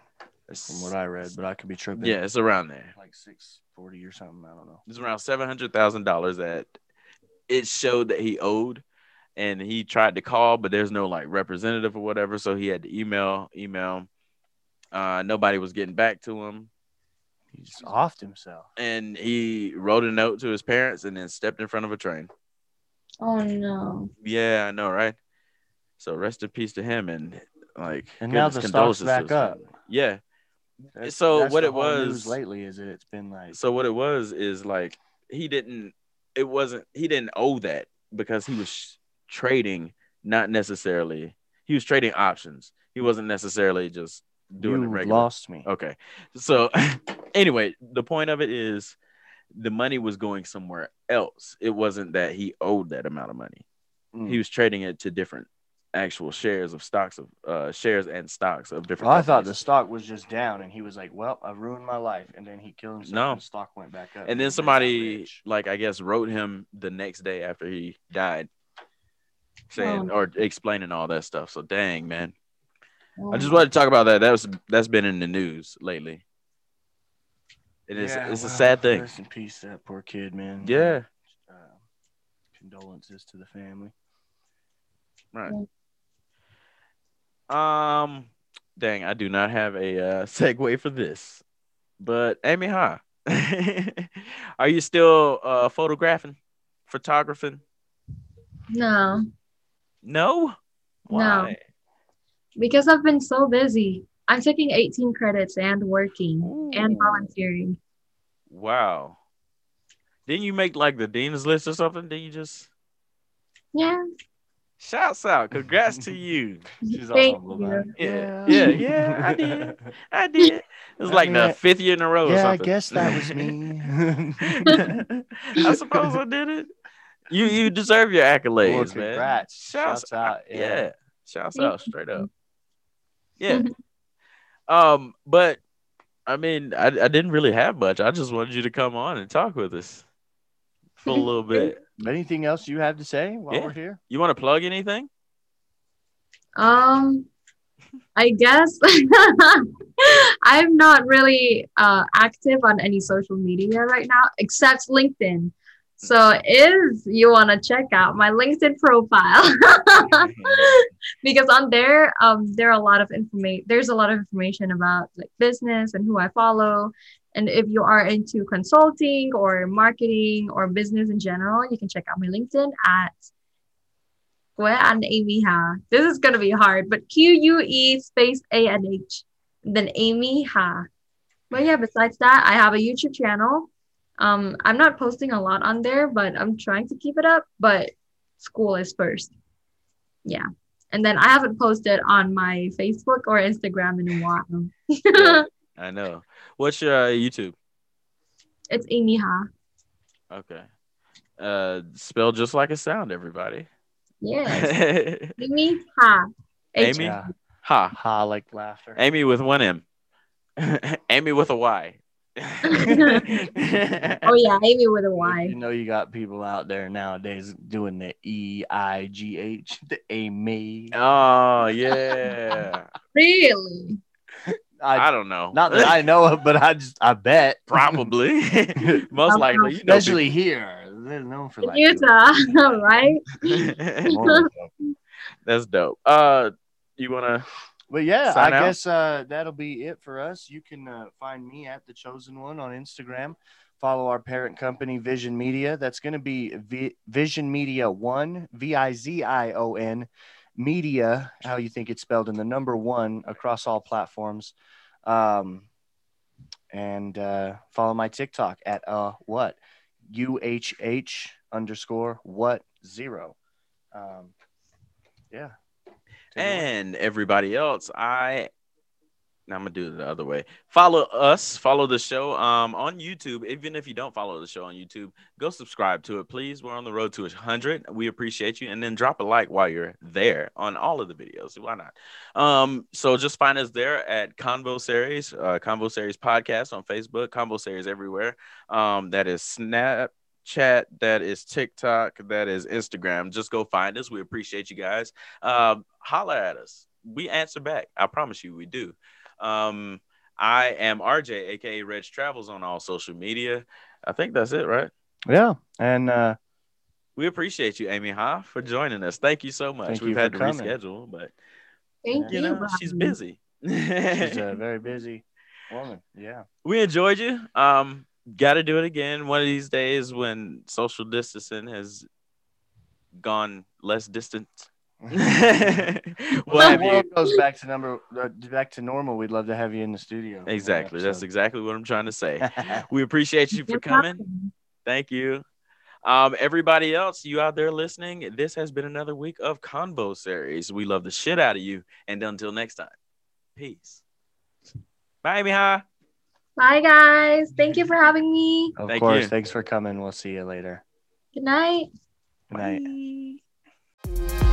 from what I read, but I could be tripping.
Yeah, it's around there.
Like 640 or something. I don't know.
It's around seven hundred thousand dollars that it showed that he owed, and he tried to call, but there's no like representative or whatever, so he had to email, email. Uh, nobody was getting back to him,
He just offed himself.
and he wrote a note to his parents, and then stepped in front of a train.
Oh no.
Yeah, I know, right? So rest in peace to him, and like
And now
goodness,
the stock's
condolences to
back
his
up.
family. Yeah,
That's-
So
that's
what
the
it
whole news
was-
lately is that it's been like
so what it was is like he didn't it wasn't he didn't owe that because he was sh- trading not necessarily he was trading options he wasn't necessarily just doing it
you
regular
lost me.
okay so anyway the point of it is the money was going somewhere else it wasn't that he owed that amount of money
Mm.
he was trading it to different actual shares of stocks of uh shares and stocks of different
Well, I thought the
companies.
stock was just down, and he was like, "Well, I ruined my life," and then he killed himself.
No.
and the stock went back up.
and
he
then
got
somebody
rich.
like i guess wrote him the next day after he died saying
Oh.
or explaining all that stuff so dang man i just
Oh.
wanted to talk about that that's that's been in the news lately it is
Yeah,
it's a
well,
sad thing
Rest in peace, to that poor kid, man.
yeah
Uh, condolences to the family.
right um dang i do not have a uh segue for this but amy huh are you still uh photographing photographing
No,
no why
because I've been so busy. I'm taking 18 credits and working and
Ooh.
volunteering.
Wow. Didn't you make like the dean's list or something? Did you just
Yeah.
shouts out? Congrats to you.
She's
Thank
awesome,
you.
man.
Yeah, yeah, yeah. I did. I did. It's
I
like
mean, I-
the fifth year in a row. or
yeah, I
something.
guess that was me.
I suppose I did it. You you deserve your accolades,
Well,
man.
congrats. Shouts out.
Yeah.
Yeah.
Shouts
Thank
out straight up.
you.
Yeah. um, but I mean, I, I didn't really have much. I just wanted you to come on and talk with us for a little bit.
Anything else you have to say while
Yeah.
we're here?
You want to plug anything?
Um, I guess I'm not really uh, active on any social media right now except LinkedIn. So if you want to check out my LinkedIn profile, because on there, um, there are a lot of information. There's a lot of information about like business and who I follow. And if you are into consulting or marketing or business in general, you can check out my LinkedIn at Kue and Amy Ha. This is gonna be hard, but Q U E space A N H, then Amy Ha. But yeah, besides that, I have a YouTube channel. Um, I'm not posting a lot on there, but I'm trying to keep it up. But school is first. Yeah. And then I haven't posted on my Facebook or Instagram in a while.
Yeah. I know. What's your uh, YouTube?
it's Amy Ha.
Okay. Uh, spelled just like it sound, everybody.
Yes. Amy Ha. H-
Amy?
Yeah.
ha.
Ha, like laughter.
Amy with one M. Amy with a Y.
Oh yeah, Amy with a
You
Y.
know, you got people out there nowadays doing the E I G H, the E. Amy.
oh yeah.
Really?
I
I,
don't know.
not that I know of, but I just, I bet.
probably. Most
Um,
likely. You know
Especially here. They're known for
In
like.
Utah, right?
people-
More-
That's dope. Uh you wanna
But yeah,
Sign
I
out?
guess uh, that'll be it for us. You can uh, find me at the Chosen One on Instagram. Follow our parent company, Vision Media. That's going to be v- Vision Media One, V I Z I O N, Media, how you think it's spelled, and the number one across all platforms. Um, and uh, follow my TikTok at uh what U H H underscore what zero. Um, yeah. Take it away.
and everybody else i i'm gonna do it the other way follow us follow the show um on youtube even if you don't follow the show on youtube go subscribe to it please we're on the road to 100 we appreciate you and then drop a like while you're there on all of the videos why not um so just find us there at convo series uh convo series podcast on facebook convo series everywhere um that is snapchat that is TikTok, that is Instagram. Just go find us. We appreciate you guys um, holler at us. We answer back. I promise you, we do. Um, I am RJ, aka Reg Travels, on all social media. I think that's it, right?
Yeah. And uh,
We appreciate you, Amy Ha, for joining us. Thank you so much.
Thank
We've
you
had to
for coming.
reschedule, but
Thank
you
you.
know, she's
Rodney.
busy.
She's uh, a very busy woman. Yeah.
we enjoyed you. Um, got to do it again one of these days when social distancing has gone less distant. we'll
well,
have
the
you
world goes back to number uh, back to normal. We'd love to have you in the studio. for another
exactly. That's
episode.
exactly what I'm trying to say. We appreciate you for
You're
coming.
welcome.
Thank you. Um, everybody else, you out there listening, this has been another week of Convo Series. We love the shit out of you. And until next time, peace. Bye, Miha.
Bye guys. Thank you for having me.
of
Thank
course.
you.
Thanks for coming. We'll see you later.
Good night.
Good night.
Bye.